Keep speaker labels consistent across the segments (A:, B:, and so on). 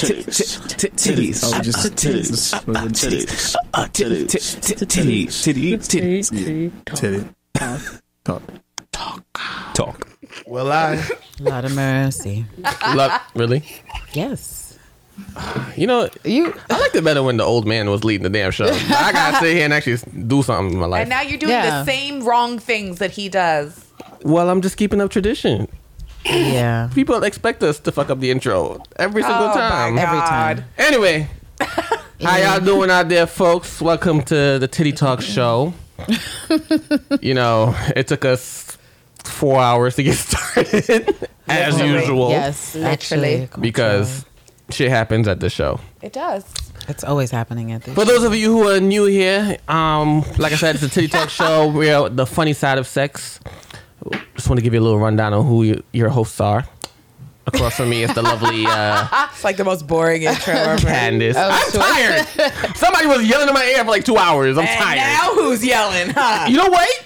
A: titties, Uh,
B: titties. Oh, just titties.
A: titties, Uh,
B: Titties.
A: titties,
B: Titties. Titties. Titties. Talk.
C: Talk.
D: Well, I
E: Lot of mercy.
C: Love, really?
E: Yes.
C: You know,
E: You.
C: I liked it better when the old man was leading the damn show. I gotta sit here and actually do something in my life.
F: And now you're doing
E: Yeah.
F: the same wrong things that he does.
C: well, I'm just keeping up tradition.
E: Yeah.
C: People expect us to fuck up the intro every single
F: Oh, my
C: time.
E: Every time.
F: God.
C: Anyway, how y'all doing out there, folks? Welcome to the Titty Talk Show. you know, it took us four hours to get started, as usual,
E: Yes.
F: Literally.
E: actually,
C: because shit happens at the show.
F: It does.
E: it's always happening at this.
C: For those of you who are new here, um, like I said, it's a Titty Talk Show. We're the funny side of sex. Just want to give you a little rundown on who you, your hosts are. Across from me is the lovely uh,
F: It's like the most boring intro ever.
C: Candice. I'm tired. Somebody was yelling in my ear for like two hours. I'm
F: And
C: tired.
F: now who's yelling, huh?
C: you know what?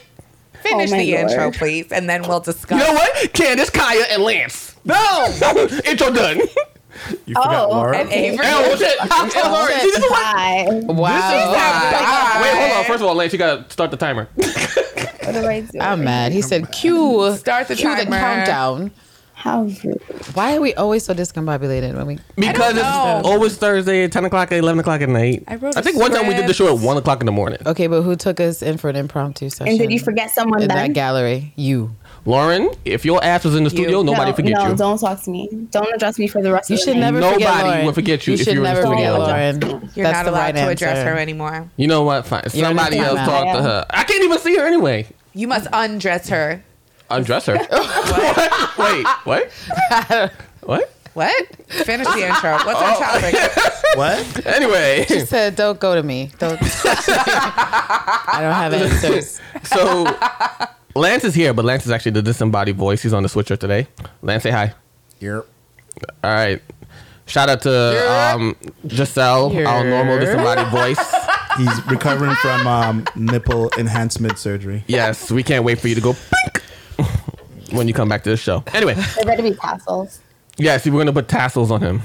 F: Finish
G: my
F: the
G: Lord.
F: intro, please, and then we'll
C: You
F: discuss.
C: know what? Candace, Kaya, and Lance. No! Intro done.
B: You forgot
G: Oh,
B: Laura.
F: and Avery.
C: Oh, shit. And Lauren, see, this is what-
G: Hi. What
F: Bye.
C: Wait, hold on. First of all, Lance, you gotta start the timer.
G: do I do?
E: I'm mad. He said, "Cue,
F: Start the
E: cue the
F: timer.
E: countdown."
G: How rude.
E: Why are we always so discombobulated when we?
C: Because it's
F: know.
C: always Thursday at 10 o'clock, at 11 o'clock at night.
F: I wrote a
C: think one time we did the show at 1 o'clock in the morning.
E: Okay, but who took us in for an impromptu session?
G: And did you forget someone
E: in
G: then?
E: that gallery? You.
C: Lauren, if your ass was in the studio, nobody
G: no,
C: forget
G: no,
C: you.
G: don't talk to me. Don't address me for the rest
E: You
G: of
E: should
G: the night.
E: never forget
C: Nobody
E: Lauren.
C: will forget you if
E: should
C: you were
E: never
C: still
E: forget
C: alive.
E: Lauren.
F: You're
E: That's
F: not
E: the
F: allowed
E: right
F: to
E: answer.
F: address her anymore.
C: You know what? Fine.
E: don't
C: Somebody
E: have
C: else
E: time
C: talk
G: out.
C: to her. I can't even see her anyway.
F: You must undress her.
C: Undress her. What? Wait, what? what?
F: What? Finish the intro. What's our
C: Oh.
F: topic?
D: what?
C: Anyway,
E: She said, "Don't go to me. Don't." I don't have answers.
C: so Lance is here, but Lance is actually the disembodied voice. He's on the switcher today. Lance, say hi.
B: You're
C: All right. Shout out to um, Giselle, our normal
E: Yeah.
C: disembodied voice.
B: He's recovering from um, nipple enhancement surgery.
C: Yes, we can't wait for you to go pink when you come back to the show. Anyway,
G: There better be tassels.
C: yeah, see, we're gonna put tassels on him.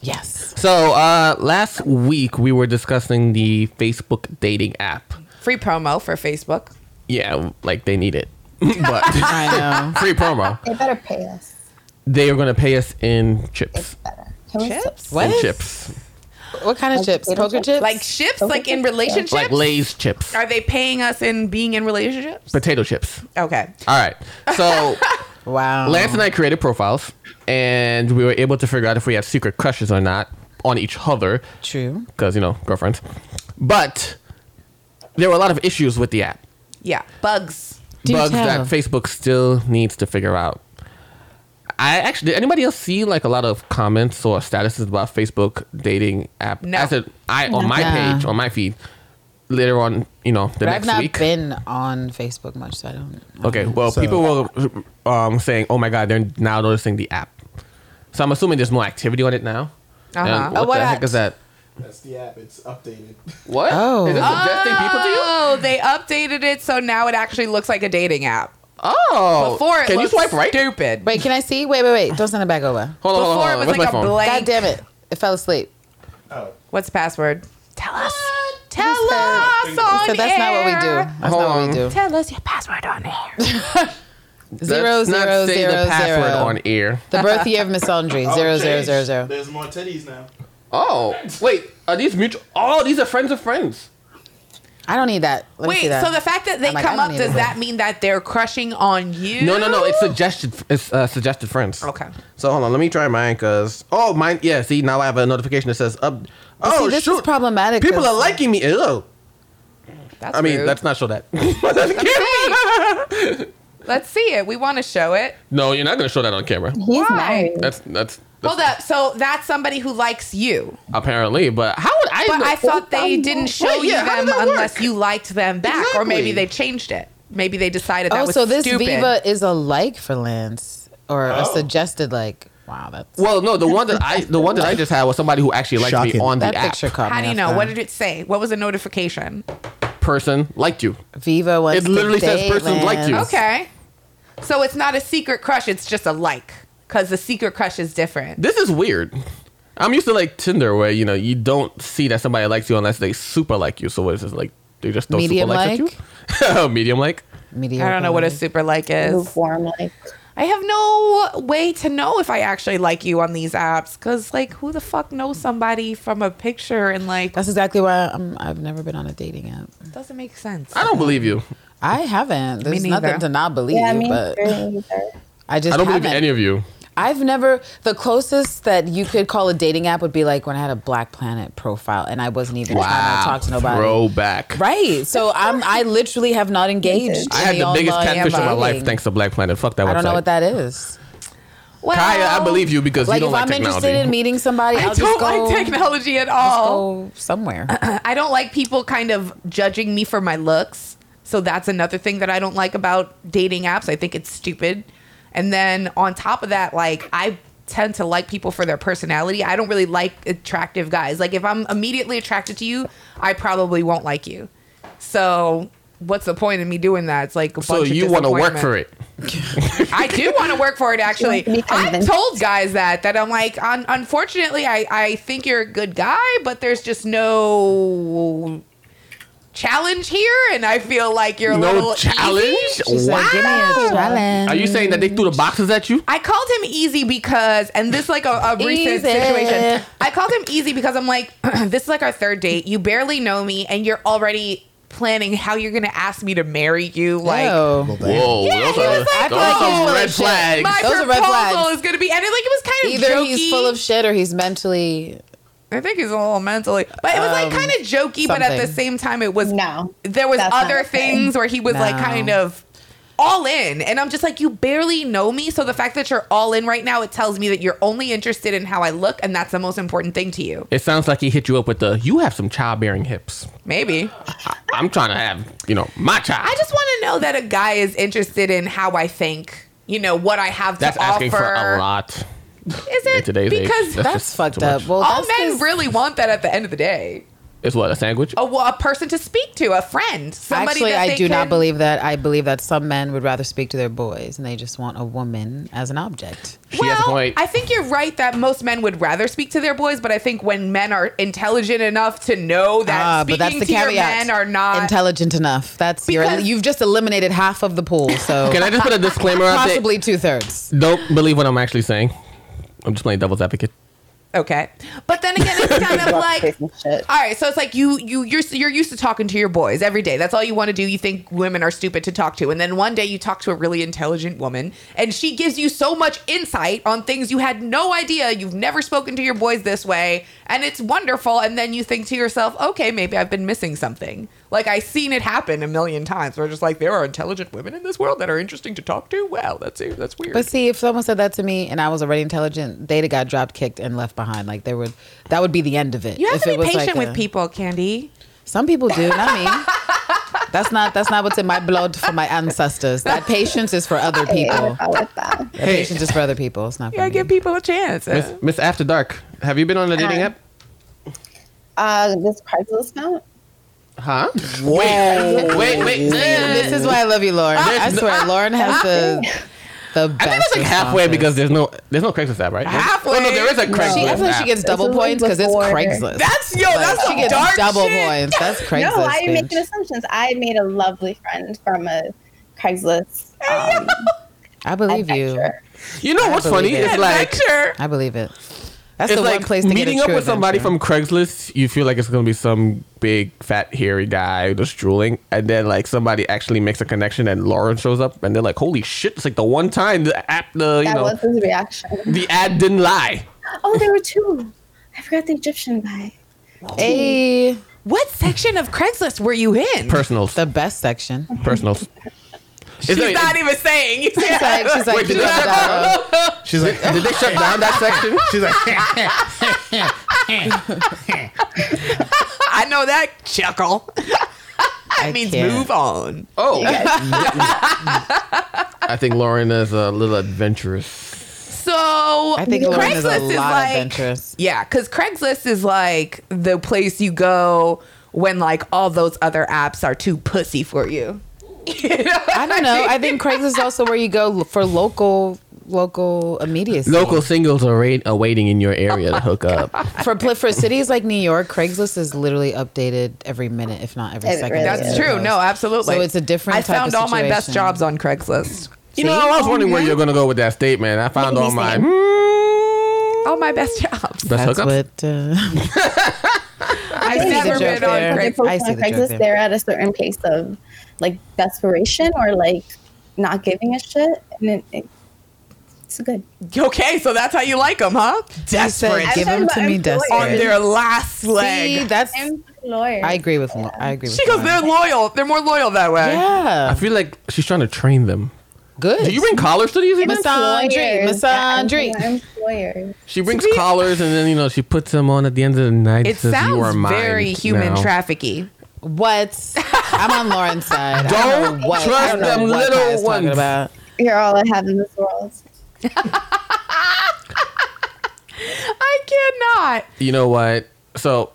E: Yes.
C: So uh, last week we were discussing the Facebook dating app.
F: Free promo for Facebook.
C: Yeah, like they need it, but
E: I know.
C: free promo.
G: They better pay us.
C: They are gonna pay us in chips.
G: Better. Can we
F: Chips?
G: stop?
C: In
E: What?
C: chips,
E: What kind of chips?
G: potato
E: Poker
G: chips?
E: chips?
F: Like ships, like in relationships.
C: like Lay's chips,
F: Are they paying us in being in relationships?
C: potato chips.
F: Okay.
C: All right. So
E: wow.
C: Lance and I created profiles, and we were able to figure out if we had secret crushes or not on each other.
E: True.
C: because you know girlfriends. But there were a lot of issues with the app,
F: Yeah. Bugs.
E: Do
C: bugs
E: tell.
C: that Facebook still needs to figure out. I actually did anybody else see like a lot of comments or statuses about Facebook dating app?
F: No.
C: As it, I on my
E: Nah.
C: page on my feed later on, you know, the
E: But I've
C: next
E: not
C: week.
E: been on Facebook much, so I don't. know.
C: okay, well,
B: So-
C: people were um, saying, "Oh my God, they're now noticing the app." So I'm assuming there's more activity on it now.
F: Uh-huh.
C: And
E: Oh,
C: What
E: what
C: the heck
E: app?
C: is that?
B: That's the app. It's updated.
C: What?
E: Oh.
C: Is it suggesting people to you?
F: Oh, they updated it so now it actually looks like a dating app.
C: Oh.
F: Before it
C: can
F: looked
C: you swipe right?
F: Stupid.
E: Wait, can I see? Wait, wait, wait. Don't send it back over.
C: Hold on, hold on, hold
F: Before it
C: on.
F: was
C: Where's
F: like
C: my
F: a
C: phone?
F: blank.
E: God damn it! It fell asleep.
F: What's the password? Tell us. Tell
E: What?
F: us on
E: So that's not what we do.
F: air.
E: That's
C: Hold
E: not what we
C: on.
E: do.
F: Tell us your password on air.
E: Zero
C: Let's not
E: zero
C: say
E: zero
C: the password
E: zero.
C: on air.
E: The birth year of Miss Andre. Zero zero zero zero.
B: There's more titties now.
C: Oh, wait. Are these mutual? Oh, these are friends of friends.
E: I don't need that. Let me see
F: Wait,
E: that.
F: so the fact that they
E: I'm like, I
F: come
E: don't
F: up,
E: need
F: does
E: it.
F: that mean that they're crushing on you?
C: No, no, no. It's suggested. It's uh, suggested friends.
F: Okay.
C: So hold on. Let me try mine, cause oh mine. Yeah. See now I have a notification that says up. Oh
E: see, this
C: shoot.
E: is problematic.
C: People
E: 'cause-
C: are liking me. Ew.
F: That's
C: I mean,
F: rude.
C: let's not show that.
F: Let's see it. We want to show it.
C: no, you're not gonna show that on camera.
G: He's
F: Why?
G: married.
C: That's that's, that's
F: Hold up. So that's somebody who likes you.
C: apparently. But how would I?
F: But
C: know-
F: I thought they
G: Wait,
F: didn't show
C: yeah, how did
F: you them
C: that work?
F: unless you liked them back, or maybe
C: Exactly.
F: they changed it. Maybe they decided that
E: Oh,
F: was
E: so this
F: stupid.
E: Viva is a like for Lance or a suggested like. Wow, that's
C: well, no. The one that I the one that I just had was somebody who actually liked me
B: Shocking.
C: on the
E: that
C: app.
E: picture caught me.
F: How do you
E: off
F: know?
E: guard.
F: What did it say? What was the notification?
C: Person liked you.
E: Viva wants
C: It literally
E: to
C: says
E: date
C: persons like you.
E: Lance.
F: Okay. So it's not a secret crush, it's just a like. Because the secret crush is different.
C: This is weird. I'm used to like Tinder where you know you don't see that somebody likes you unless they super like you. So what is this like? They just don't
E: Medium
C: super like,
E: like?
C: at you. medium like.
E: Mediocre.
F: I don't know what a super like is.
G: Lukewarm, like
F: I have no way to know if I actually like you on these apps because, like, who the fuck knows somebody from a picture and, like,
E: That's exactly why I'm, I've never been on a dating app.
F: doesn't make sense.
C: I don't believe you.
E: I haven't. There's nothing
F: neither.
E: to not believe,
G: yeah, me
E: but
G: neither.
E: I just
C: I don't believe
E: haven't.
C: any of you.
E: I've never the closest that you could call a dating app would be like when I had a Black Planet profile and I wasn't even trying to talk to nobody.
C: Throwback.
E: Right. So I'm I literally have not engaged.
C: I had
E: in
C: the biggest
E: online
C: catfish of my life
E: dating.
C: thanks to Black Planet. Fuck that website.
E: I don't know what that is.
F: Well,
C: Kaya, I believe you because you
E: Like
C: don't
E: if
C: like
E: I'm
C: technology.
E: interested in meeting somebody,
F: I
E: I'll
F: don't
E: just go,
F: like technology at all.
E: go somewhere.
F: I don't like people kind of judging me for my looks. So that's another thing that I don't like about dating apps. I think it's stupid. And then on top of that, like I tend to like people for their personality. I don't really like attractive guys. Like if I'm immediately attracted to you, I probably won't like you. So what's the point of me doing that? It's like a
C: so
F: bunch of
C: you want to work for
F: disappointment.
C: it.
F: I do want to work for it. Actually,
G: You want to be
F: I've
G: convinced.
F: told guys that that I'm like, un- unfortunately, I I think you're a good guy, but there's just no challenge here, and I feel like you're a
C: No
F: little
C: challenge.
F: easy.
C: Wow.
E: Give me a challenge.
C: Are you saying that they threw the boxes at
E: Mm.
C: you?
F: I called him easy because, and this like a, a recent
E: Easy.
F: situation. I called him easy because I'm like, this is like our third date. You barely know me, and you're already planning how you're gonna ask me to marry you. Like,
E: Ew.
C: Whoa, those
F: he
C: are,
F: was like,
C: those
E: "Oh,
C: are some
E: full
C: red
E: of shit."
C: flags.
F: my
E: Those are red
F: proposal
E: flags.
F: is gonna be, and it, like it was kind of
E: Either
F: jokey.
E: he's full of shit or he's mentally
F: I think he's a little mentally, but it was like
E: Um,
F: kind of jokey. But at the
E: something.
F: same time, it was
G: No,
F: There was
G: that's not
F: other
G: okay.
F: things where he was like
E: No.
F: kind of all in, and I'm just like, you barely know me. So the fact that you're all in right now, it tells me that you're only interested in how I look, and that's the most important thing to you.
C: It sounds like he hit you up with the "you have some childbearing hips."
F: Maybe
C: I'm trying to have you know my child.
F: I just want to know that a guy is interested in how I think. You know what I have
C: that's
F: to
C: asking
F: offer.
C: for a lot
F: Is
C: in
F: it
C: today's age.
F: because
C: That's
E: that's
C: just
E: fucked
C: too
E: up.
C: much.
E: Well,
F: all
E: that's
F: men
E: 'cause
F: really want that at the end of the day?
C: It's what a sandwich.
F: A, a person to speak to, a friend, somebody.
E: Actually,
F: that
E: I
F: they
E: do not
F: can-
E: believe that. I believe that some men would rather speak to their boys, and they just want a woman as an object.
C: She has a point.
F: I think you're right that most men would rather speak to their boys, but I think when men are intelligent enough to know that
E: Ah,
F: speaking
E: but that's the
F: to
E: caveat.
F: your men are not
E: intelligent enough. That's your,
F: Because-
E: you've just eliminated half of the pool. So
C: Can I just put a disclaimer out there?
E: possibly two thirds.
C: Don't believe what I'm actually saying. I'm just playing devil's advocate.
F: okay. But then again, it's kind of like.
G: Crazy shit.
F: All right, so it's like you you you're you're used to talking to your boys every day. That's all you want to do. You think women are stupid to talk to, and then one day you talk to a really intelligent woman, and she gives you so much insight on things you had no idea. You've never spoken to your boys this way, and it's wonderful. And then you think to yourself, okay, maybe I've been missing something. Like I've seen it happen a million times. We're just like there are intelligent women in this world that are interesting to talk to. Wow, that's that's weird.
E: But see, if someone said that to me and I was already intelligent, they'd have got drop kicked and left behind. Like they would, that would be the end of it.
F: you have
E: If
F: to
E: it
F: be
E: was
F: patient
E: like
F: with
E: a-
F: people, Candy.
E: Some people do, not me. That's not that's not what's in my blood for my ancestors. That patience is for other
G: Hey, I
E: people.
G: don't know about that.
E: That patience is for other people. It's not for
F: Yeah,
E: me.
F: give people a chance.
C: Miss Miss After Dark, have you been on a dating
G: Uh,
C: app?
G: Uh, this Craigslist count?
C: Huh? Wait, wait, wait.
E: this is why I love you, Lauren. I swear, Lauren has the the best.
C: I think that's like halfway
E: responses.
C: because there's no there's no Craigslist app, right?
F: Halfway.
C: Oh, no, there is a Craigslist.
E: she, I feel like
C: app.
E: she gets double
G: This was
E: points because it's
G: before-
E: Craigslist.
F: That's yo. that's
E: she
F: some
E: gets
F: dark
E: double
F: shit.
E: points. That's Craigslist.
G: No, why are you
E: bitch.
G: making assumptions? I made a lovely friend from a Craigslist um,
E: I believe you.
G: adventure.
C: You know what's funny?
E: believe it.
C: It's like
F: Adventure.
E: I believe it. That's
C: it's
E: the
C: like
E: one place to get a
C: meeting up
E: true
C: with somebody
E: adventure.
C: from Craigslist. You feel like it's gonna be some big fat hairy guy just drooling, and then like somebody actually makes a connection, and Lauren shows up, and they're like, "Holy shit!" It's like the one time the app, the you
G: That
C: know,
G: was his reaction.
C: the ad didn't lie.
G: Oh, there were two. I forgot the Egyptian guy.
E: Hey,
F: What section of Craigslist were you in?
C: Personals,
E: the best section.
C: personals.
F: She's not even saying. You
E: She's like, she's like,
C: Wait, did
E: "Da,
C: that-
E: da, da."
B: She's like,
C: did they shut down that section?
B: she's like,
F: I know that chuckle.
E: I
F: that means
E: can't.
F: move on.
C: Oh, I think Lauren is a little adventurous.
F: So
E: I think Lauren is a
F: Craigslist is,
E: lot
F: like,
E: adventurous.
F: yeah, because Craigslist is like the place you go when like all those other apps are too pussy for you. You know what
E: I don't know. I think Craigslist is also where you go for local local immediacy.
C: Local singles are ra- are waiting in your area to hook up.
E: for pl- for cities like New York, Craigslist is literally updated every minute, if not every
G: It
E: second.
G: really
E: that
F: That's
E: it
G: Yeah.
F: true.
E: goes.
F: No, absolutely.
E: So it's a different
F: I
E: type
F: found
E: of
F: all my best
E: situation.
F: jobs on Craigslist.
C: You know,
E: See?
C: I was wondering where you're gonna go with that statement. I found
G: What did
C: all Hmm,
G: he
C: my
G: say?
C: mm,
F: All my best jobs.
C: best
E: That's
C: hookups.
E: what. Uh,
F: I've
E: see the
F: never
E: joke
F: been on
E: there.
F: Craigslist.
G: Because
E: I
G: I
E: see
G: see
E: the joke there.
G: Craigslist, they're at a certain place of like desperation or like not giving a shit, and it, it, it's good.
F: Okay, so that's how you like them, huh? Desperate.
E: Give
G: I'm
E: them to
G: talking
E: me,
G: about
E: desperate.
G: employers.
F: on their last
E: see,
F: leg.
E: that's.
G: Employer.
E: I agree with. Lo- I agree with.
F: she goes,
E: Lauren.
F: they're loyal. They're more loyal that way.
C: I
E: Yeah,
C: feel like she's trying to train them.
E: good.
C: Do you bring collars to these events?
E: Masandri,
G: Employers.
E: Masandri.
G: Yeah, Employers.
C: She brings collars and then you know she puts them on at the end of the night.
F: It
C: says, "You are
F: sounds
C: mine
F: very human
C: now."
F: trafficking.
E: What? I'm on Lauren's side. I
C: Don't
E: know what,
C: trust
E: I don't know
C: them
E: what
C: little
E: Kai is talking
C: ones.
E: About.
G: You're all I have in this world.
F: I cannot.
C: You know what? So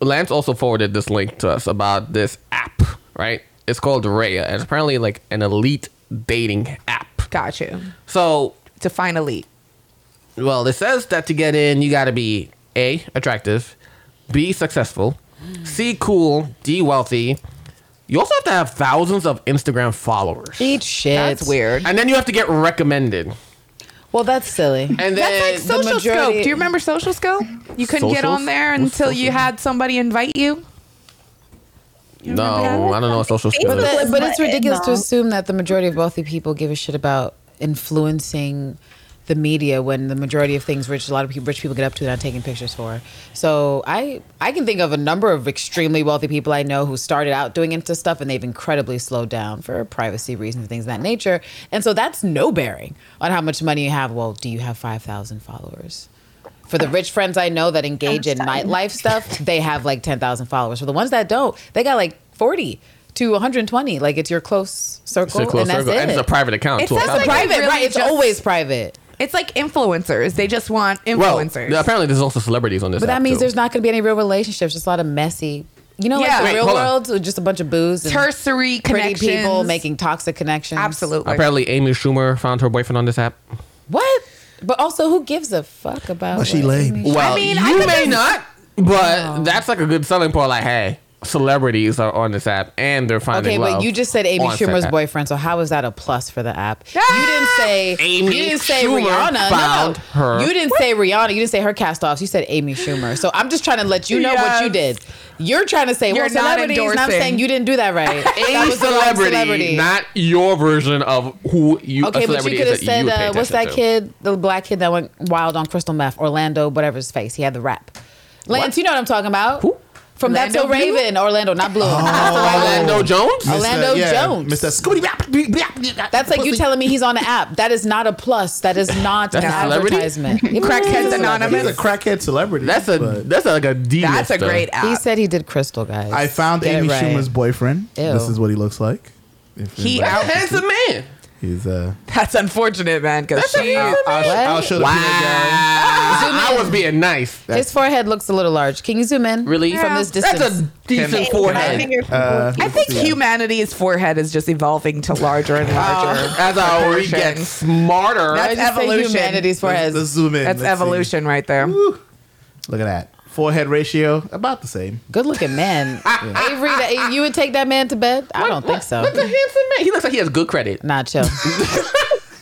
C: Lance also forwarded this link to us about this app, right? It's called Raya, and it's apparently like an elite dating app.
F: Got you.
C: So
F: To find elite.
C: Well, it says that to get in, you got to be A, attractive, B, successful, C, cool, D, wealthy. You also have to have thousands of Instagram followers.
E: Eat shit.
F: That's weird.
C: And then you have to get recommended.
E: Well, that's silly.
C: And then
F: That's like social
E: majority-
F: scope. Do you remember social scope? You couldn't get
C: Socials?
F: on there
C: What's
F: until you
C: social?
F: had somebody invite you.
C: No, I don't know what social
G: Facebook
C: skills.
G: was
E: But, but it's
G: my-
E: ridiculous to
G: no.
E: assume that the majority of wealthy people give a shit about influencing the media when the majority of things rich a lot of people, rich people get up to and are taking pictures for. So I I can think of a number of extremely wealthy people I know who started out doing into stuff and they've incredibly slowed down for privacy reasons, things of that nature. And so that's no bearing on how much money you have. Well, do you have five thousand followers? For the rich friends I know that engage in nightlife stuff, they have like 10,000 followers. For the ones that don't, they got like 40 to 120. Like it's your close circle,
C: It's a close
E: and that's
C: circle.
E: it.
C: And it's a private account.
F: It
C: too.
F: sounds
C: It's not
F: like
C: like-
E: private,
F: Really
E: right? It's
F: just-
E: always private.
F: It's like influencers. They just want
C: well,
F: influencers.
C: apparently there's also celebrities on this.
E: But that
C: app,
E: means
C: too.
E: there's not going to be any real relationships. Just a lot of messy, you know,
F: Yeah.
E: like the
F: Wait,
E: real
C: hold on.
E: world with just a bunch of booze and pretty
F: Tertiary connections.
E: people making toxic connections.
F: Absolutely.
C: apparently Amy Schumer found her boyfriend on this app.
E: What? But also, who gives a fuck about?
B: But she
E: what
B: lame.
E: Amy-
C: Well,
F: mean, I
C: you
F: could
C: may
F: just-
C: not, but that's like a good selling point. Like, hey, celebrities are on this app and they're finding
E: Okay,
C: love
E: but you just said Amy
C: on said
E: Schumer's
C: app.
E: boyfriend, so how is that a plus for the app?
F: Ah!
E: You didn't say
C: Amy
E: you didn't say
C: Schumer
E: Rihanna.
C: found
E: no.
C: her-
E: You didn't say Rihanna. You didn't say her cast offs. You said Amy Schumer. So I'm just trying to let you know what you
F: Yes.
E: did. You're trying to say
F: You're
E: well,
F: not
E: celebrities, and I'm
F: endorsing.
E: saying you didn't do that right. that
C: a
E: was the wrong
C: celebrity, not your version of who you.
E: Okay,
C: a
E: but you
C: celebrity
E: could have
C: is that
E: said,
C: you would pay
E: uh, what's that
C: attention to.
E: kid, the black kid that went wild on crystal meth, Orlando, whatever his face, he had the rap. Lance, you know what I'm talking about?
C: Who? Oh.
E: From That's So
F: Orlando Bloom?
E: Raven, Orlando, not Bloom. That's the right one.
F: Oh.
C: Orlando Jones.
B: Mr.
E: Orlando
B: yeah,
E: Jones.
B: Mr. Scooby.
E: That's like you telling me he's on an app. That is not a plus. That is not an
C: That's a celebrity?
E: advertisement. Even
F: Crackheads
E: though he's a
F: Anonymous?
B: He's
E: celebrity.
B: a crackhead celebrity.
C: That's a
B: but-
C: that's like a D.
F: That's a great app.
E: He said he did crystal, guys.
B: I found
E: Get it
B: Amy
E: right.
B: Schumer's boyfriend.
E: Ew.
B: This is what he looks like. If anybody-
F: He out-
C: Handsome man.
B: He's uh.
F: That's unfortunate, man. Because she.
B: I'll, I'll show the
C: Wow.
B: peanut gallery.
C: I was being nice.
E: His forehead looks a little large. Can you zoom in?
C: Really?
E: From this distance.
C: That's a decent
G: Hey, my
C: forehead.
G: finger-
B: Uh,
F: I think humanity's forehead is just evolving to larger and larger.
C: As our we get
F: proportions.
C: smarter.
E: I
F: That's
E: just say
F: evolution.
E: humanity's
B: Let's,
E: forehead.
B: let's zoom in.
F: That's
B: Let's see.
F: evolution right there.
B: Look at that forehead ratio, about the same.
E: Good looking man. Avery, that, you would take that man to bed? I don't think so.
C: That's a handsome man. He looks like he has good credit.
E: Nah, chill.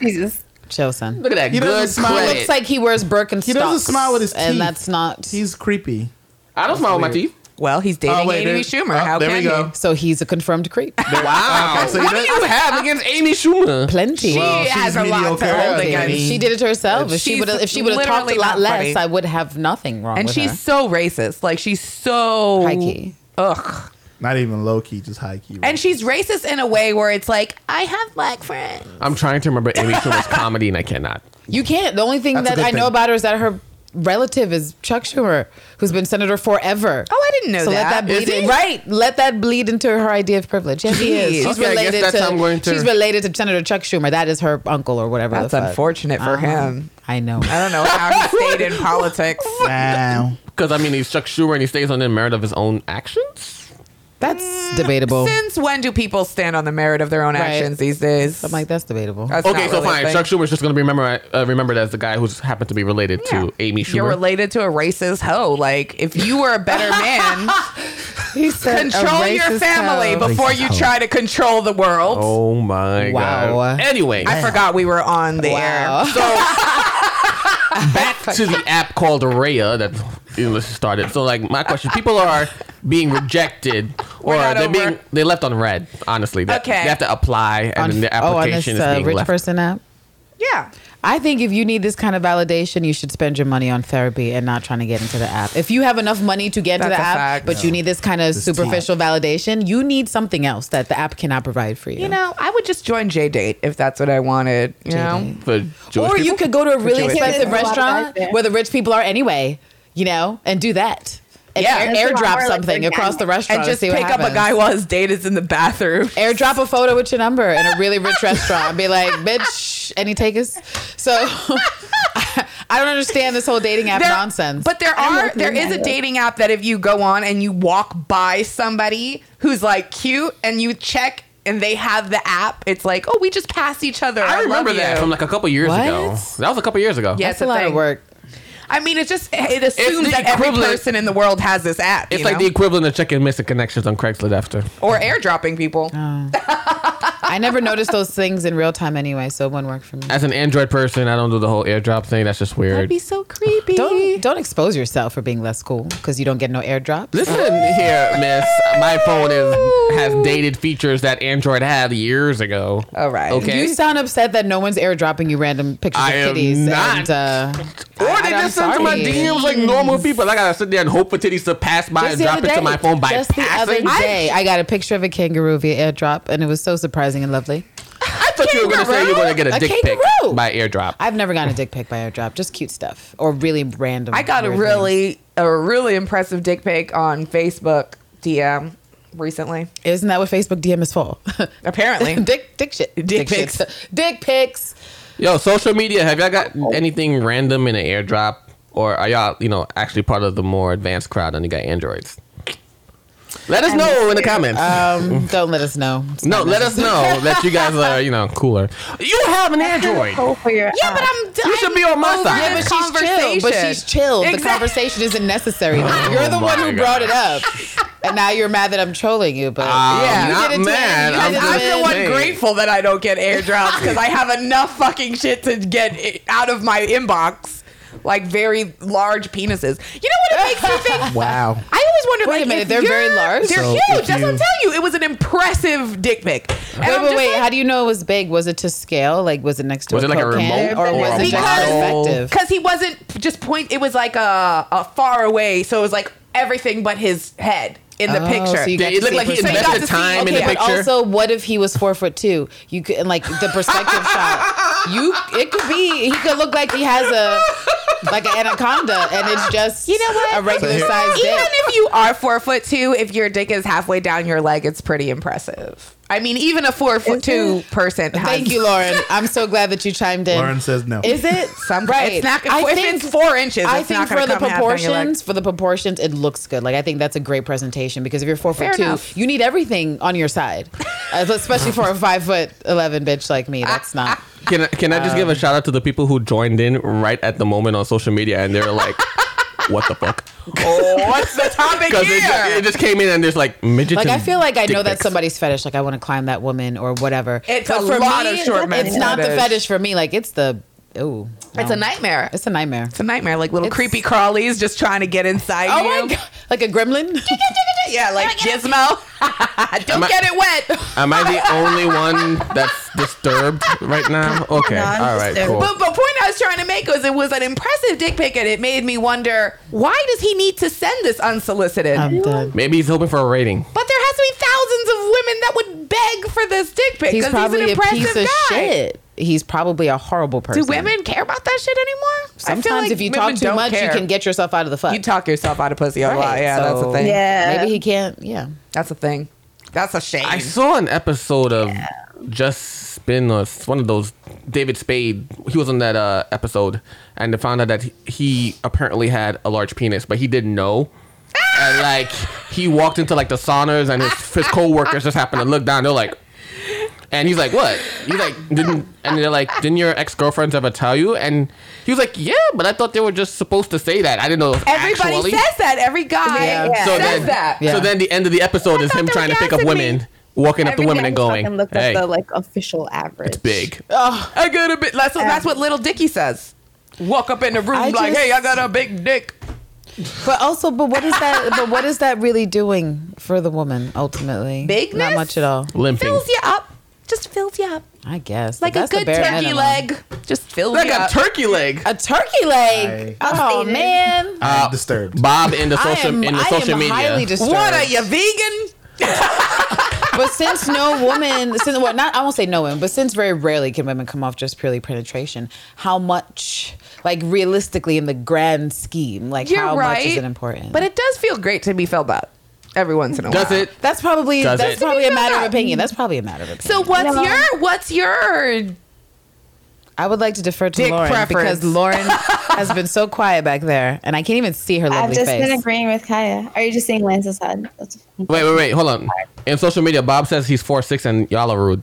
G: Jesus.
E: chill, son.
C: Look at that
B: He doesn't
C: good
B: smile.
E: He
C: credit.
E: looks like he wears Birkenstocks.
B: He doesn't smile with his teeth.
E: And that's not.
B: He's creepy.
C: I don't smile with my teeth.
F: Well, he's dating Amy
B: there-
F: Schumer.
B: oh,
F: How
B: there
F: can
B: we go.
F: you?
E: so he's a confirmed creep.
C: Wow.
B: Okay, so you
C: what do
B: know-
C: you have against Amy Schumer?
E: Plenty.
B: Well,
F: She
B: she's
F: has a lot to
B: mediocre.
F: hold
E: Okay.
F: against.
E: Oh She did it to herself. If she
F: She's
E: would have, if she would have talked a
F: literally
E: lot
F: not
E: less,
F: funny.
E: I would have nothing wrong.
F: And
E: with
F: she's
E: her.
F: so racist. Like she's so
E: High key.
F: Ugh.
B: Not even low key, just high key.
F: And she's racist in a way where it's like, I have black friends.
C: I'm trying to remember Amy Schumer's comedy and I cannot.
E: You can't. The only thing
B: That's a
E: that
B: good
E: I know
B: thing.
E: about her is that her relative is Chuck Schumer, who's been senator forever.
F: Oh, I didn't know
E: so
F: that.
E: let that
C: Is
E: bleed
C: he?
E: in, right. Let that bleed into her idea of privilege. Yes, she is.
F: Jeez.
E: She's
C: Okay, I guess
E: related
C: that's how I'm going to-
E: She's related to Senator Chuck Schumer. That is her uncle or whatever.
F: That's
E: the fuck.
F: unfortunate for
E: Uh-huh.
F: him. Uh,
E: I know.
F: I don't know how he stayed in politics.
B: wow.
C: Because I mean, he's Chuck Schumer and he stays on the merit of his own actions.
E: That's debatable.
F: Since when do people stand on the merit of their own
E: Right.
F: actions these days?
E: I'm like, that's debatable.
F: That's
C: Okay,
F: not
C: so
F: really a
C: fine.
F: thing.
C: Chuck Schumer's just going to be remember, uh, remembered as the guy who's happened to be related
F: Yeah.
C: to Amy Schumer.
F: You're related to a racist hoe. Like, if you were a better man,
E: He said a
F: control your
E: racist
F: family
E: hoe.
F: before
B: Racist
F: you
B: hoe.
F: try to control the world.
C: oh my
E: Wow.
C: god. Anyway,
F: I forgot we were on the
E: Wow.
F: air.
C: so back to the app called Araya that you know, started. So like my question, people are being rejected or
F: not
C: they're
F: over.
C: being they left on red, honestly. They,
F: Okay.
C: they have to apply and then
E: On,
C: their
E: oh, on this
C: application is
E: uh,
C: being
E: rich
C: left.
E: person app.
F: Yeah.
E: I think if you need this kind of validation, you should spend your money on therapy and not trying to get into the app. If you have enough money to get into
F: That's
E: the
F: a
E: app,
F: fact.
E: but you need this kind of
B: tea.
E: superficial validation, you need something else that the app cannot provide for you.
F: You know, I would just join J Date if that's what I wanted. You know?
E: J-Date.
C: for Jewish
E: or you
C: people?
E: could go to a really
F: Jewish
E: expensive
G: people. There's a lot of
E: restaurant
G: that there.
E: where the rich people are anyway, you know, and do that. And
F: Yeah.
E: air-
F: There's
G: a lot more,
E: airdrop
G: like,
E: something across the
G: organic.
E: restaurant
F: And just
E: see what
F: pick up a
E: happens.
F: guy while his date is in the bathroom.
E: airdrop a photo with your number in a really rich restaurant and be like, bitch, any takers? So I, I don't understand this whole dating app
F: There-
E: nonsense.
F: But there
G: I'm
F: are
G: with
F: there
G: you,
F: is a
G: Nyla.
F: dating app that if you go on and you walk by somebody who's like cute and you check and they have the app, it's like, oh, we just passed each other.
C: I remember
F: love
C: that
F: you.
C: from like a couple years
E: What?
C: ago. That was a couple years ago.
F: Yeah.
E: that's a
F: the
E: lot
F: thing.
E: of work.
F: I mean, it just it assumes
C: the
F: that every
C: equivalent-
F: person in the world has this app.
C: It's
F: you
C: like
F: know?
C: the equivalent of checking missing connections on Craigslist after.
F: or airdropping people.
E: Oh. I never noticed those things in real time anyway, so it wouldn't work for me.
C: As an Android person, I don't do the whole airdrop thing. That's just
F: That'd
C: weird.
F: be so creepy.
E: Don't don't expose yourself for being less cool because you don't get no airdrops.
C: Listen here, miss. My phone is has dated features that Android had years ago.
F: All right.
C: Okay.
E: You sound upset that no one's airdropping you random pictures
C: I am
E: of kitties.
C: not.
E: And, uh,
C: Or
E: I-
C: they
E: I'm
C: just send to my
E: sorry.
C: DMs like normal people. I gotta sit there and hope for titties to pass by and
E: the
C: drop
E: other
C: it to my phone by
E: just the other
C: passing.
E: day, I got a picture of a kangaroo via airdrop, and it was so surprising and lovely.
C: I thought you were gonna say you were gonna get a,
E: A
C: dick
E: kangaroo.
C: pic by airdrop.
E: I've never gotten a dick pic by airdrop, just cute stuff or really random.
F: I got a
E: weird
F: really a really impressive dick pic on Facebook DM recently.
E: things. Isn't that what Facebook DM is for?
F: Apparently,
E: dick, dick shit, dick,
F: pics.
E: shit. dick pics.
C: Yo, social media. Have y'all got
E: Oh.
C: anything random in an airdrop, or are y'all you know actually part of the more advanced crowd and you got Androids? Let us know in the comments.
E: Um, don't let us know. It's
C: no,
E: not
C: let us know that you guys are you know cooler. You have an Android.
G: Go for your
F: Yeah, but
G: app.
F: I'm.
C: You should be on my
F: over
C: side.
F: the
E: Yeah, but she's chill. But she's chill. The
F: Exact-
E: conversation isn't necessary. You're the
C: Oh my
E: one who brought it up, and now you're mad that I'm trolling you. But
C: I'm
E: you
C: Ah, not
E: did it to
C: mad.
E: him,
C: I'm
E: you did it to
F: I'm the
E: him.
F: one
C: Hey.
F: grateful that I don't get airdrops because I have enough fucking shit to get i- out of my inbox, like very large penises. You know what it makes me think?
B: Wow.
F: I always wonder.
E: Wait a
F: like,
E: minute,
F: if
E: they're very
F: you're-
E: large?
F: They're
B: So
F: huge.
B: if
F: That's what I'm
B: you-
F: telling you. It was an impressive dick pic. And
E: Wait,
F: I'm
E: wait,
F: just
E: wait.
F: like-
E: How do you know it was big? Was it to scale? Like, was it next to
C: Was
E: a
C: it like a
E: Coke can?
C: remote
E: or
C: or
E: was
C: a
E: it just
C: model?
E: perspective?
F: because he wasn't just point. It was like a, a far away, so it was like everything but his head in the
E: Oh,
F: picture.
E: so you got
C: It looked
E: to
C: like he
E: see perspective.
F: So you got to
C: invested
F: see-
C: time in
F: okay,
C: the
E: But
C: picture.
E: also, what if he was four foot two? You could and like the perspective shot. You, it could be he could look like he has a like an anaconda, and it's just you know what a regular
B: So here-
E: size
F: Even
E: dick.
F: if you are four foot two, if your dick is halfway down your leg, it's pretty impressive. I mean, even a four foot two person. has-
E: Thank you, Lauren. I'm so glad that you chimed in.
B: Lauren says no.
E: Is it
F: Some- it's not- if it's four inches,
E: I
F: it's
E: think
F: not gonna
E: for the
F: come half on your leg.
E: proportions, for the proportions, it looks good. Like I think that's a great presentation because if you're four
F: Fair
E: foot two,
F: enough.
E: you need everything on your side, Uh, especially for a five foot eleven bitch like me. That's not.
C: Can I, can I just
G: Um,
C: give a shout out to the people who joined in right at the moment on social media and they're like, what the fuck?
F: Oh, what's the topic
C: Because it, ju-
F: here?
C: it just came in and there's like midget.
E: Like I feel like I know that's
C: that's
E: somebody's fetish. Like I want to climb that woman or whatever.
F: It's a lot of short
E: It's
F: man's
E: not the
F: fetish.
E: fetish for me. Like it's the ooh.
F: It's
E: no.
F: a nightmare. It's
E: It's a nightmare.
F: a nightmare. Like little creepy crawlies just trying to get inside
E: Oh
F: you.
E: my god! Like a gremlin.
F: Yeah, like Gizmo. Don't
C: Am I-
F: get it wet.
C: Am I the only one that's disturbed right now? Okay.
G: No, I'm
C: All right.
G: disturbed.
C: Cool.
E: Oh.
F: But the point I was trying to make was it was an impressive dick pic, and it made me wonder why does he need to send this unsolicited?
E: I'm done.
C: Maybe he's hoping for a rating.
F: But there has to be thousands of women that would beg for this dick pic.
E: He's
F: 'cause
E: probably
F: he's an
E: a
F: impressive
E: piece of
F: guy.
E: shit. He's probably a horrible person.
F: Do women care about that shit anymore? I feel
E: Sometimes
F: like
E: if you
F: women
E: talk too
F: don't
E: much, you
F: care.
E: can get yourself out of the fuck.
F: you talk uh, yourself out of pussy a lot.
E: Right,
F: Yeah, that's
E: so-
F: the thing.
G: Yeah.
E: Maybe he can't. Yeah.
F: that's the thing. That's a shame.
C: I saw an episode of Just Spin or s- one of those David Spade. He was on that uh, episode and they found out that he, he apparently had a large penis, but he didn't know. yeah, like he walked into like the saunas and his his coworkers just happened to look down. They're like, and he's like, "What?" He's like, "Didn't?" And they're like, "Didn't your ex girlfriends ever tell you?" And he was like, "Yeah, but I thought they were just supposed to say that. I didn't know." It was
F: Everybody
C: actually.
F: says that. Every guy
E: Yeah. Yeah.
C: So
F: says
C: then,
F: that.
E: Yeah.
C: so then the end of the episode is
F: thought
C: him
F: they were
C: trying to pick up
F: gassing me.
C: women, walking up to women and going,
G: and looked
C: "Hey,
G: at the like official average.
C: it's big."
F: Oh, I got a bit. That's, that's what little Dicky says. Walk up in the room
E: Um, I
F: like,
E: just-
F: hey, I got a big dick.
E: But also, but what is that? but what is that really doing for the woman ultimately?
F: Bigness?
E: Not much at all.
C: Limping.
F: Fills you up. Just fills you up.
E: I guess
F: Like
E: but
F: a
E: that's the
F: good
E: bare
F: turkey
E: minimum.
F: leg. Just fills
C: Like
F: you
C: a
F: up.
C: turkey leg.
E: A turkey leg. oh
G: Updated.
E: man.
B: I'm disturbed.
C: Bob in the social in the
E: I
C: social
E: am highly
C: media.
E: disturbed.
F: what are you, vegan?
E: But since no woman, since well, not I won't say no woman, but since very rarely can women come off just purely penetration, how much, like realistically, in the grand scheme, like
F: You're
E: how
F: right.
E: much is it important?
F: But it does feel great to be filled up every once in a while.
C: Does it?
E: that's probably
C: Does it?
E: that's probably a
F: Maybe
E: matter of
F: not.
E: opinion. That's probably a matter of opinion.
F: So what's
G: No.
F: your what's your
E: I would like to defer to
F: Dick
E: Lauren
F: preference.
E: because Lauren has been so quiet back there, and I can't even see her
G: I've
E: lovely
G: just
E: face.
G: been agreeing with Kaya. Are you just seeing Lance's head? That's
C: Wait, wait, wait. Hold on. In social media, Bob says he's four six and y'all are rude.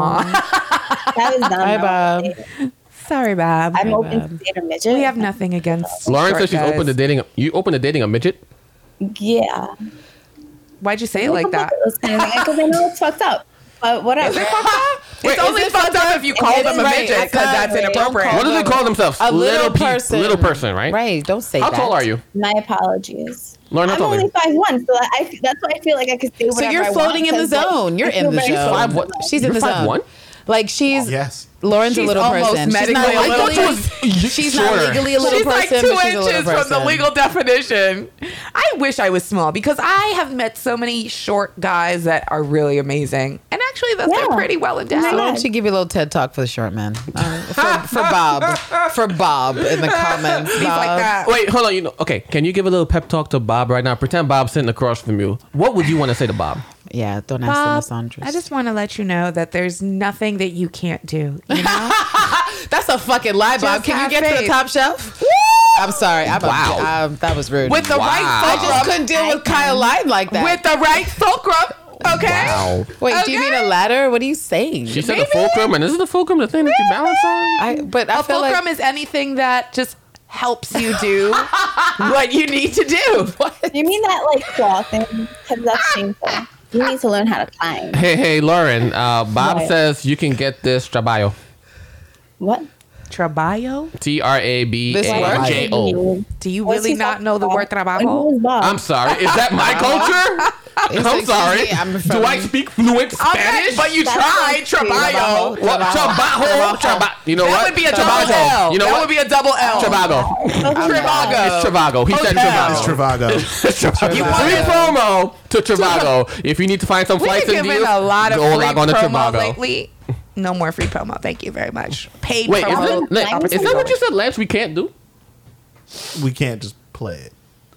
G: that is not.
E: Hi,
G: normal.
E: Bob.
F: sorry, Bob.
G: I'm open to date a midget.
F: we have nothing against
C: Lauren
F: short
C: says she's
F: guys.
C: open to dating. You open to dating a midget?
G: Yeah.
F: Why'd you say it like that?
G: Because I know it's fucked up, but whatever.
F: It's only fucked up if you call
E: It's
F: them a
E: right,
F: midget because
E: exactly.
F: that's inappropriate.
C: What do they call themselves?
E: A little
C: pe-
E: person.
C: Little person, right?
E: Right? Don't say
C: How
E: that.
C: tall are you,
G: My apologies.
C: Lauren? How
G: I'm
C: tall are
G: only
C: you?
G: five one, so I, that's why I feel like I could do whatever.
E: So you're
G: I
E: floating
G: want,
E: in the
G: 'cause, like,
E: zone. You're
G: I
E: in
G: feel
E: the
G: very
E: zone.
G: floated.
C: Five what?
E: She's in
C: You're
E: the
C: five
E: zone.
C: one?
E: Like she's
B: Yes.
E: Lauren's a
F: She's
E: little
F: almost
E: person. She's not
F: medically a
E: legally,
F: little-
E: she's not
C: Shorter.
E: legally a little
F: she's like
E: person.
F: two
E: but she's a
F: inches
E: little
F: from the
E: person.
F: legal definition. I wish I was small because I have met so many short guys that are really amazing, and actually, those are
G: Yeah.
F: pretty well endowed.
E: So why don't you give your little TED talk for the short man? Uh, for, for Bob. For Bob in the comments.
F: He's like
E: Bob.
F: that.
C: Wait, hold on. You know, okay. Can you give a little pep talk to Bob right now? Pretend Bob's sitting across from you. What would you want to say to Bob?
E: Yeah, don't ask the
F: Bob,
E: misandrist.
F: I just want to let you know that there's nothing that you can't do. You know?
E: That's a fucking lie, Bob.
F: Just
E: Can you
F: have
E: get to the
F: faith.
E: top shelf? I'm sorry. I'm wow.
C: Wow.
E: um, that was rude.
F: With the right
E: I
F: fulcrum.
E: just couldn't deal with Kyle lying like that.
F: With the right fulcrum. Okay.
C: Wow.
E: Wait, do you mean a
F: Okay.
E: ladder? What are you saying?
C: She said the fulcrum, and is the fulcrum the thing that you balance on?
E: I, but I
F: A
E: feel
F: fulcrum
E: like
F: is anything that just helps you do what you need to do.
G: You mean that like claw thing? Because
F: Ah!
G: that's shameful. You need to learn how to climb.
C: Hey, hey, Lauren. Uh, Bob
G: Right.
C: says you can get this trabajo.
G: What?
F: Trabajo?
C: T R A B
E: This
C: A
E: works?
C: J O.
F: Do you
G: What's
F: really
G: he
F: not
G: talking
F: know the
G: about?
F: word
G: When he
F: trabajo?
G: was Bob.
C: I'm sorry. Is that my culture? I'm
E: It's like,
C: sorry.
E: excuse me, I'm
C: Do I
E: from-
C: speak fluent Spanish?
F: but you
G: That's
F: tried
G: what I'm saying.
F: trabajo.
C: What? Trabajo. Traba- you know
F: that
C: what?
F: would be a
C: Trabajo.
F: double L.
C: You know
F: that
C: what?
F: would be a double L.
C: Trabago.
F: Trivago.
C: It's Trivago. He said
F: Hotel.
B: It's
C: Trivago.
B: Travago.
C: Trivago.
F: You
C: Free
F: wanna-
C: promo to Trivago. If you need to find some
F: We've
C: flights
F: been
C: and
F: giving
C: deals,
F: a lot of
C: go
F: free
C: log on to Trivago.
F: promo lately. No more free promo. Thank you very much. Paid
C: Wait, is
F: promo.
C: that, Lance, is that what you said, Lance? We can't do?
B: We can't just play it.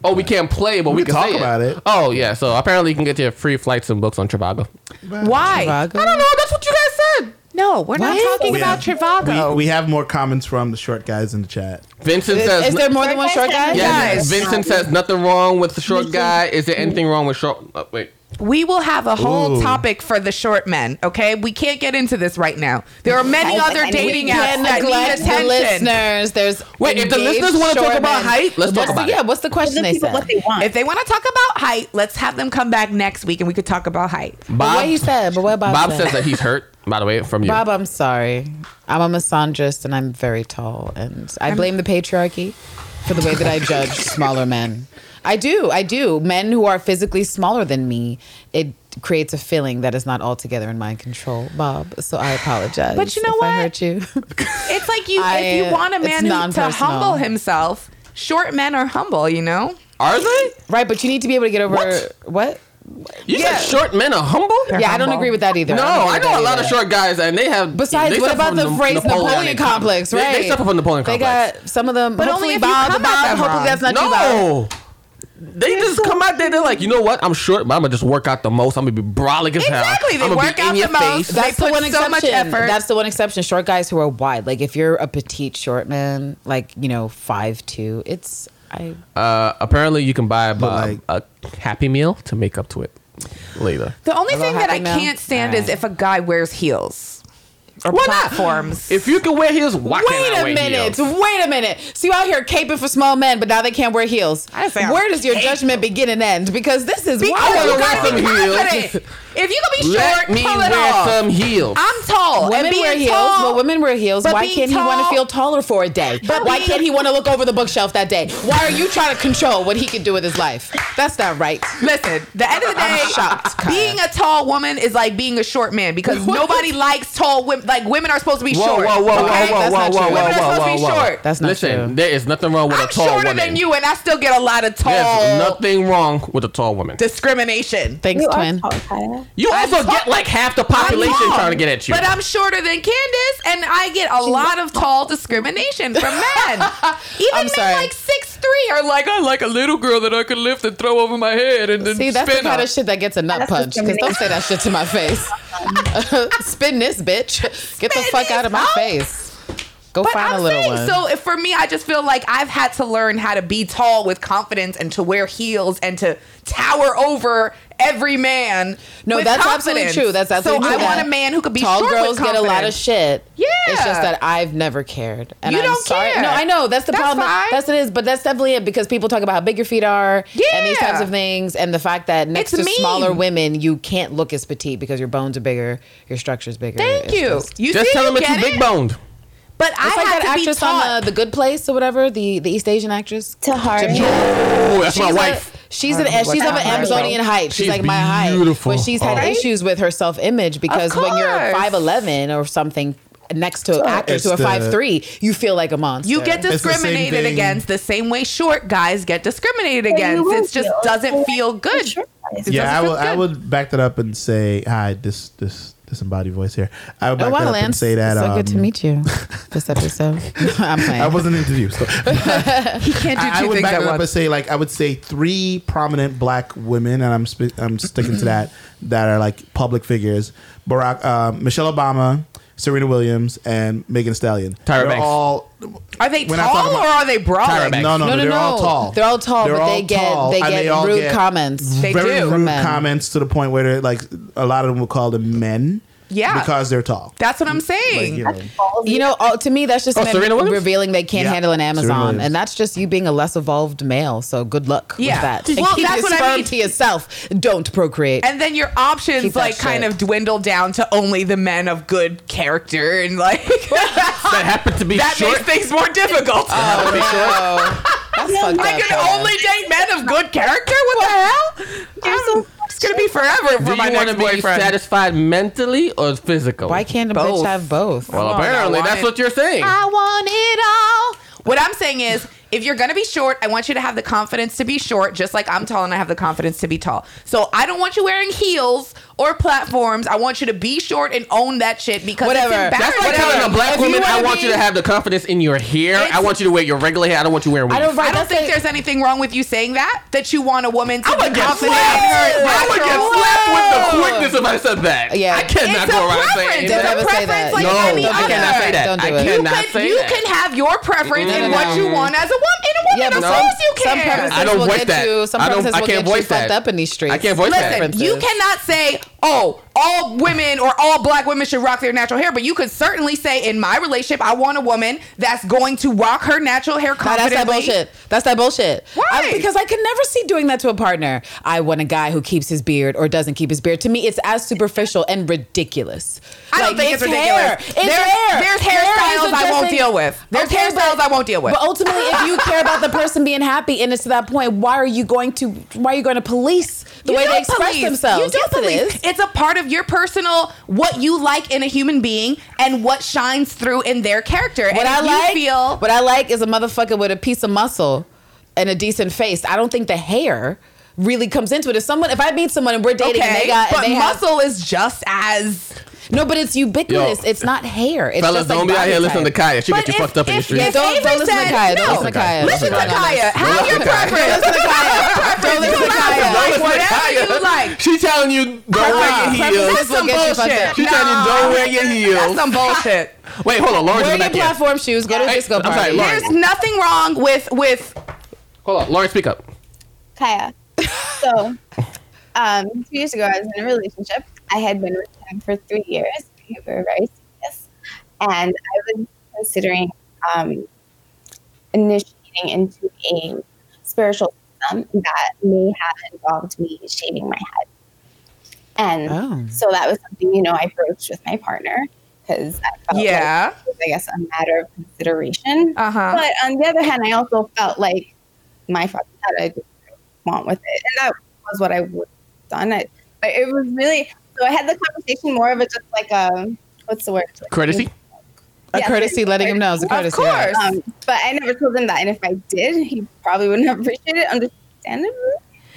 C: Oh, we can't play, but we,
B: We
C: can
B: can talk
C: say
B: about it.
C: Oh, yeah. So apparently, you can get your free flights and books on Trivago.
F: Why?
E: Trivago?
F: I don't know. That's what you guys said. No, we're not
E: What?
F: talking
B: We
F: about
B: have-
F: Trivago.
B: We, we have more comments from the short guys in the chat.
C: Vincent
E: is,
C: says.
E: is there more than one short guy?
C: Yes.
F: guys?
C: Vincent says nothing wrong with the short guy. Is there anything wrong with short? Oh, wait.
F: We will have a whole
B: Ooh.
F: topic for the short men, okay? We can't get into this right now. There are many
G: I-
F: other
G: I-
F: dating
E: We
F: apps
E: can't
F: that
E: neglect
F: need
E: the
F: attention.
E: listeners. There's
C: Wait, if the
E: engaged
C: listeners wanna talk
E: short
C: about
E: men.
C: height, let's talk
E: What's the-
C: about it.
E: Yeah, what's the
G: Give
E: question
G: the
E: they
G: people
E: said?
G: what they want.
F: If they want to talk about height, let's have them come back next week and we could talk about height.
E: But
C: Bob,
E: what he said, but what Bob,
C: Bob
E: said?
C: says that he's hurt, by the way, from you.
E: Bob, I'm sorry. I'm a misandrist and I'm very tall, and I blame the patriarchy for the way that I judge smaller men. I do, I do. Men who are physically smaller than me, it creates a feeling that is not altogether in my control, Bob. So I apologize.
F: But you know
E: if I
F: what?
E: hurt you.
F: It's like you
E: I-
F: if you want a
E: it's
F: man who, to
E: non-personal.
F: humble himself, short men are humble, you know?
C: Are they?
E: right, but you need to be able to get over
C: What?
E: what?
C: You
F: Yeah.
C: said short men are humble?
F: They're
E: yeah, I don't
F: humble.
E: agree with that either.
C: No,
E: don't
C: I
E: agree with
C: know a
E: that
C: lot of
E: either.
C: short guys, and they have.
E: Besides,
C: they
E: what
C: suffer
E: about
C: from
E: the
C: Na-
E: phrase Napoleon complex?
C: They-
E: Right?
C: They, suffer from Napoleon
E: They
C: complex.
E: got some of them.
F: But only
E: hopefully
F: if you
E: Bob,
F: come
E: the
F: at
E: Bob.
F: them wrong.
E: Hopefully that's not you, Bob.
C: no. They just come out there. They're like, you know what? I'm short, but I'm gonna just work out the most. I'm gonna be brolic as hell.
F: Exactly, they
C: I'ma be
F: work
C: in
F: out
C: your
F: the most.
C: face.
E: That's
F: They
E: the
F: put
E: one
F: so
E: exception.
F: much effort.
E: That's the one exception. Short guys who are wide. Like if you're a petite short man, like you know five two, it's I
C: Uh, apparently, you can buy a,
B: But,
C: a Happy Meal to make up to it later.
F: The only
E: Hello,
F: thing that I
E: Happy Meal?
F: can't stand is
E: Alright.
F: if a guy wears heels or
C: Why not?
F: platforms.
C: If you can wear heels, why can't
E: wait
C: I
E: a
C: wear
E: minute.
C: heels?
E: Wait a minute. So you out here caping for small men, but now they can't wear heels.
F: I say I
E: Where does your
F: hate
E: judgment begin and end? Because this is
F: because
E: wild.
F: you
C: wear
F: gotta be
C: some heels.
F: confident. If you gonna be
C: Let
F: short,
C: me
F: pull it
C: wear
F: off.
C: some heels.
F: I'm tall.
E: Women
F: and
E: wear
F: being
E: heels,
F: tall,
E: but women wear heels.
F: but
E: Why
F: being
E: can't he want to
F: tall-
E: feel taller for a day?
F: But
E: Why
F: being-
E: can't he want to look over the bookshelf that day? Why are you trying to control what he can do with his life? That's not right.
F: Listen, the end of the day,
E: I'm shocked, Kaya.
F: being a tall woman is like being a short man because nobody likes tall women. Like women are supposed to be
C: Whoa,
F: short.
C: whoa, whoa,
E: okay?
C: whoa, whoa,
E: That's
C: whoa,
E: not
C: whoa,
E: true.
C: whoa,
E: Women
F: are
C: whoa,
F: supposed to
C: whoa,
F: be
C: whoa.
F: short.
E: That's not
C: Listen,
E: true.
C: there is nothing wrong with
F: I'm
C: a tall
F: shorter
C: woman.
F: than you, and I still get a lot of tall
C: There's nothing wrong with a tall woman.
F: discrimination.
E: Thanks,
G: You are
E: twin.
G: tall, Kaya.
C: You
F: I'm
C: also
F: tall.
C: get like half the population
F: I'm tall,
C: trying to get at you.
F: But I'm shorter than Candace, and I get a lot of tall discrimination from men. Even
E: I'm
F: men
E: sorry.
F: like six three are like, I like a little girl that I could lift and throw over my head and then
E: See, that's the
F: spin
E: kind
F: her."
E: of shit that gets a nut
G: That's
E: punch. Because don't say that shit to my face. Spin this, bitch. Get the
F: Spin
E: fuck out of my
F: this, oh.
E: face. Go
F: But
E: find
F: I'm
E: a little
F: saying,
E: one.
F: so if- for me, I just feel like I've had to learn how to be tall with confidence and to wear heels and to tower over every man.
E: No,
F: with
E: that's
F: confidence.
E: absolutely true. That's absolutely
F: so
E: true.
F: I want
E: that
F: a man who could be
E: tall
F: short
E: girls
F: with
E: get a lot of
F: confidence.
E: shit.
F: Yeah.
E: it's just that I've never cared, and
F: You
E: I'm
F: don't
E: sorry.
F: care.
E: No, I know that's the
F: That's
E: problem.
F: fine.
E: That's it is, but that's definitely it because people talk about how big your feet are and these
F: Yeah.
E: types of things, and the fact that next
F: It's
E: to
F: mean.
E: smaller women you can't look as petite because your bones are bigger, your structure's bigger.
F: Thank
E: It's
F: you.
E: just-
F: you
C: Just
F: see,
C: tell
F: you
C: them it's
F: get
C: too
F: it?
C: big boned.
F: But I
E: It's like
F: had
E: that
F: to be
E: actress on uh,
F: taught.
E: the Good Place or whatever, the the East Asian actress.
G: Tahari.
C: Oh, that's my
E: She's a-
C: wife.
E: she's an she's of an
G: Right.
E: Amazonian height.
C: She's
E: She's, like my height.
C: beautiful.
E: But she's had
C: Right?
E: issues with her self image because when you're
F: course.
E: five eleven or something next to actors
B: it's
E: who are
B: the-
E: five three, you feel like a monster.
F: You
B: It's
F: get
B: the same
F: discriminated
B: thing.
F: against the same way short guys get discriminated against. It just doesn't feel good.
B: yeah, I would.
F: doesn't feel
B: I
F: good.
B: would back that up and say, "Hi, this this disembodied voice here." I
E: Oh,
B: would back that up and say that.
E: so good to
B: um,
E: meet you. This episode, I'm playing.
B: I wasn't interviewed. So.
F: He can't do two
B: I, I would
F: things
B: back
F: at
B: it up and
F: once.
B: say like I would say three prominent black women, and I'm sp- I'm sticking to that that are like public figures: Barack, uh, Michelle Obama, Serena Williams, and Megan Thee Stallion.
C: Tyra
B: They're
C: Banks.
B: all
F: Are they
B: We're not talking
F: tall or
B: about-
F: are they
C: Tyra
F: broad?
C: Banks.
B: no, no,
E: No,
B: no,
E: no,
B: they're all
E: no.
B: tall.
E: They're all tall, but they get- they
B: and
E: get
B: all
E: rude comments.
F: They
B: very
F: do.
B: rude
E: Men.
B: comments to the point where they're like a lot of them will call them men,
F: Yeah.
B: because they're tall.
F: That's what I'm
B: Like,
F: saying.
B: you know.
E: You know, all, to me, that's just
C: Oh,
E: men
C: Serena Williams?
E: revealing they can't
B: Yeah.
E: handle an
B: Serena
E: Amazon,
B: Williams.
E: and that's just you being a less evolved male. So good luck
F: Yeah.
E: with that. And
F: Well,
E: keep
F: that's
E: your
F: what I
E: sperm
F: mean.
E: to yourself. Don't procreate.
F: and then your
E: Keep
F: options
E: that
F: like kind
E: shit.
F: of dwindle down to only the men of good character and like
C: That happened to be
F: that
C: short.
F: makes things more difficult.
B: Uh,
E: oh, no. That's fucked
F: I
E: up.
F: can
E: Tyra.
F: only date men of good character. What the hell? I'm- it's gonna be forever for
C: Do you
F: my
C: want
F: next
C: to be
F: boyfriend.
C: satisfied mentally or physically?
E: Why can't a
F: Both.
E: bitch have both?
C: Well,
F: Come on,
C: apparently
F: I want
C: that's
F: it.
C: what you're saying.
F: I want it all. What I'm saying is, if you're gonna be short, I want you to have the confidence to be short, just like I'm tall and I have the confidence to be tall. So I don't want you wearing heels or platforms. I want you to be short and own that shit because
E: Whatever.
F: It's
E: That's
C: That's like
F: embarrassing.
C: telling a black
E: If you
C: woman,
E: wanna
C: I want
E: be-
C: you to have the confidence in your hair. I
F: It's-
C: want you to wear your regular hair. I don't want you wearing
E: I
C: wigs.
E: don't. Right,
F: I don't
E: that's
F: think
E: like-
F: there's anything wrong with you saying that. That you want a woman to
C: I
F: be
C: would get
F: confident in
C: slapped.
F: her
C: I would get
F: natural-
C: slapped with the quickness if I said that.
E: Yeah.
C: I cannot
F: It's
C: go
F: a
C: around saying
F: preference.
E: Don't
F: It's
C: that.
F: a
E: ever say
F: preference
E: that.
F: like
C: no,
F: any
C: you
E: don't
F: other.
C: cannot say that.
E: Don't do
C: I
E: it. You
C: cannot
F: But
C: say
F: you
C: that.
F: can have your preference
E: No,
F: and
E: no,
F: what
E: no.
F: you want as a woman. In a woman,
E: Yeah,
F: of
E: but
F: course you
E: some
F: can.
E: preferences
C: I don't
E: will
C: voice
E: get
C: that.
E: you. Some
C: I don't-
E: preferences
C: I
E: will
C: can't
E: get you
C: voice
E: fucked
C: that.
E: up in these streets.
C: I can't voice that.
F: Listen, you cannot say, oh, all women or all black women should rock their natural hair, but you could certainly say, in my relationship, I want a woman that's going to rock her natural hair
E: Nah, that's
F: confidently.
E: that bullshit. That's that bullshit.
F: Why?
E: I- because I could never see doing that to a partner. I want a guy who keeps his beard or doesn't keep his beard. To me, it's as superficial and ridiculous.
F: I don't think it's
E: Hair.
F: ridiculous.
E: It's
F: There's-
E: hair.
F: there's
E: Hair
F: hairstyles
E: isn't
F: I
E: just
F: won't
E: a-
F: deal with. There's hairstyles
E: but-
F: I won't deal with.
E: But ultimately, if you care about the person being happy and it's to that point, why are you going to why are you going to police the
F: You
E: way
F: don't
E: they express
F: police.
E: themselves?
F: You
E: yes,
F: don't police.
E: it is.
F: It's a part of your personal what you like in a human being and what shines through in their character.
E: What
F: and
E: I
F: if
E: like,
F: you feel
E: what I like is a motherfucker with a piece of muscle and a decent face. I don't think the hair really comes into it. If someone, if I meet someone and we're dating and they
F: okay,
E: got, and
F: but
E: they have-
F: muscle is just as
E: no, but it's ubiquitous.
C: Yo.
E: it's not hair. It's
C: Fellas,
E: just like
C: don't be out
E: body
C: here listening to
E: type.
C: Kaya. She
F: But
C: get you
F: if-
C: fucked up in the
F: if-
C: street.
E: Yeah,
F: If
E: don't,
F: Ava
E: don't listen to
F: said
E: Kaya.
F: no,
E: Don't listen to Kaya.
F: Listen to
C: Don't listen to
F: Kaya. Have your preference.
E: Listen to Kaya. Don't
F: Preference
E: listen to
F: is mine.
E: Kaya.
F: Like, whatever you like.
C: She telling you don't wear your
E: Preferences
C: heels.
E: This will
F: some
E: get you fucked
F: bullshit.
E: up.
C: She telling you don't wear your
F: That's
C: heels.
F: some bullshit.
C: Wait, hold on. Lauren's in the
E: Wear your
C: back end.
E: platform shoes. Go to a
C: Hey,
E: disco
C: I'm sorry,
E: party.
C: Lauren.
F: There's nothing wrong with with
C: Hold on, Lauren, speak up.
G: Kaya. So, um, two years ago, I was in a relationship. I had been with him for three years. We were very serious. And I was considering um, initiating into a spiritual system that may have involved me shaving my head. And
E: Oh.
G: so that was something, you know, I broached with my partner because I felt
F: Yeah.
G: like it was, I guess, a matter of consideration.
F: Uh huh.
G: But on the other hand, I also felt like my fucking head, I did what I want with it. And that was what I would have done. It, but it was really, so I had the conversation more of a just like a, what's the word?
C: Courtesy.
E: A
G: Yeah,
E: courtesy, letting him know is a courtesy.
F: Of course.
G: Um, but I never told him that. And if I did, he probably wouldn't have appreciated it. Understandably,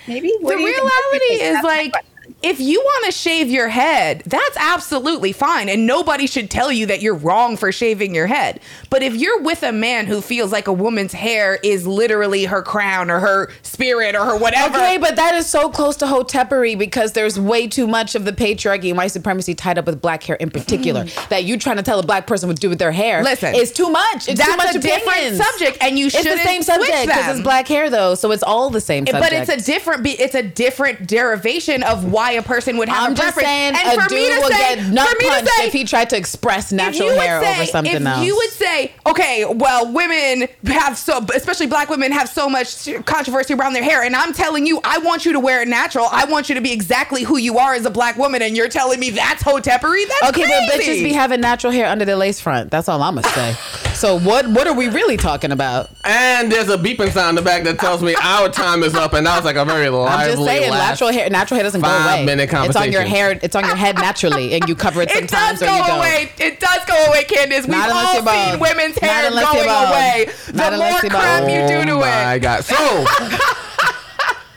G: maybe. What
F: the
G: do you think?
F: reality is
G: That's my
F: like
G: question.
F: if you want to shave your head that's absolutely fine and nobody should tell you that you're wrong for shaving your head but if you're with a man who feels like a woman's hair is literally her crown or her spirit or her whatever
E: Okay, but that is so close to hotepery because there's way too much of the patriarchy and white supremacy tied up with black hair in particular. that you trying to tell a black person what to do with their hair.
F: Mm. Listen,
E: it's too much. It's too
F: that's
E: much
F: a different
E: opinions.
F: subject, and you
E: It's the
F: shouldn't
E: same
F: switch
E: subject because
F: them.
E: it's black hair though, so it's all the same subject.
F: but it's a different be- it's a different derivation of why a person would have
E: I'm
F: a
E: just
F: preference
E: saying,
F: and
E: a
F: for me
E: dude
F: to
E: would
F: say
E: get nut
F: for me to
E: punched
F: say
E: if he tried to express natural
F: would
E: hair over something
F: if
E: else.
F: you would say, okay, well, women have so, especially black women have so much controversy around their hair, and I'm telling you, I want you to wear it natural. I want you to be exactly who you are as a black woman, and you're telling me that's hotepery. That's
E: Okay, but
F: crazy.
E: bitches be having natural hair under their lace front. That's all I'ma say. so what what are we really talking about?
C: And there's a beeping sound in the back that tells me our time is up, and that was like a very lively.
E: I'm just saying,
C: last-
E: natural hair. Natural hair doesn't go
C: five
E: away.
C: minute
E: It's on your
C: conversation.
E: hair. It's on your head naturally, and you cover it
F: It does
E: sometimes
F: go
E: or you don't.
F: away. It does go away, Candace. We've
E: Not unless
F: all
E: you're bald.
F: seen women's
E: Not
F: hair
E: unless
F: going
E: you're bald.
F: away.
E: Not
F: The
E: unless
F: more
E: you're bald.
F: crap you do
C: Oh
F: to
C: my
F: it.
C: god! So I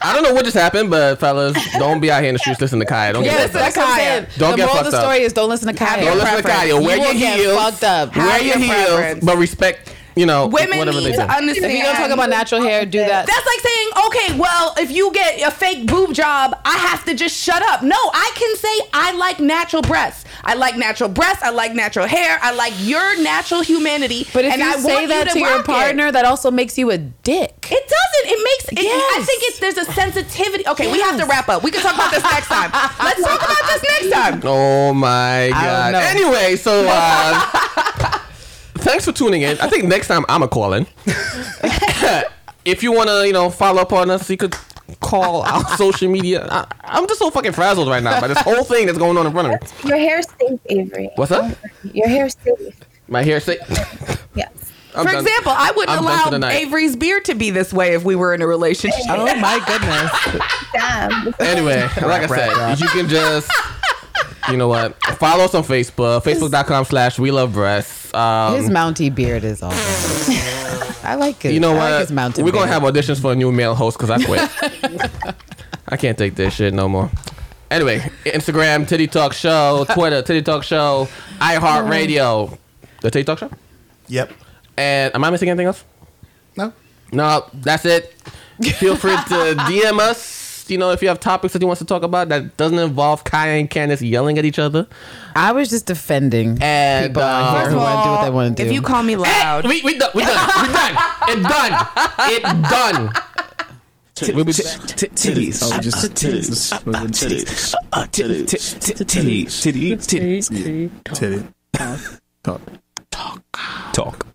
C: don't know what just happened, but fellas, don't be out here in the streets listening to Kaya. Don't
E: Yeah,
C: get fucked up.
E: that's, that's what I'm saying.
C: Don't
E: the
C: get
E: moral of
C: fucked
E: the
C: up.
E: story is don't listen to Kaya.
C: Don't listen to Kaya. Wear
E: you
C: your
E: will get
C: heels.
E: fucked up.
F: Have
C: Wear your
F: your
C: heels,
F: preference.
C: but respect. You know,
F: Women
C: whatever
F: need
C: they do.
F: to understand.
E: if you're gonna talk about natural hair, do that.
F: That's like saying, okay, well, if you get a fake boob job, I have to just shut up. No, I can say I like natural breasts. I like natural breasts. I like natural hair. I like your natural humanity.
E: but if
F: and
E: you
F: I want
E: say that to, your
F: rock it.
E: partner, that also makes you a dick.
F: It doesn't. It makes. It, I
E: Yes.
F: think it's there's a sensitivity. Okay, we have to
E: Yes.
F: wrap up. We can talk about this next time. Let's talk about this next time.
C: Oh my
E: I
C: god!
E: don't know.
C: Anyway, so uh, thanks for tuning in. I think next time I'm a call in. if you wanna, you know, follow up on us, you could call our social media. I, I'm just so fucking frazzled right now by this whole thing that's going on in front of me.
G: Your hair's safe, Avery.
C: What's up?
G: Your hair's safe.
C: My hair say.
G: Yes.
C: I'm
F: for
C: done.
F: example, I wouldn't
C: I'm done for the
F: allow
C: night.
F: Avery's beard to be this way if we were in a relationship.
E: Oh my goodness.
G: Damn.
C: Anyway, like I
B: Rap, rap,
C: said,
B: rap.
C: you can just. You know what? Follow us on Facebook, facebook.com slash we love breasts. Um,
E: His mounty beard is all. I like it.
C: You know
E: I
C: what?
E: Like his mountain
C: We're gonna
E: beard.
C: have auditions for a new male host because I quit. I can't take this shit no more. Anyway, Instagram Titty Talk Show, Twitter Titty Talk Show, iHeartRadio, the Titty Talk Show.
B: Yep.
C: And am I missing anything else?
B: No.
C: No, that's it. Feel free to DM us. You know, if you have topics that you want us to talk about that doesn't involve Kaya and Candace yelling at each other.
E: I was just defending
C: And,
E: people out
C: uh,
E: here who want to do what they want to do.
F: If you call me loud,
C: We we done. We done. We done. It done. It done. We'll be back.
A: titties. Oh, just titties. Titties. Uh, titties. Titties. Titties. Titties.
B: Titty.
A: Talk. Talk.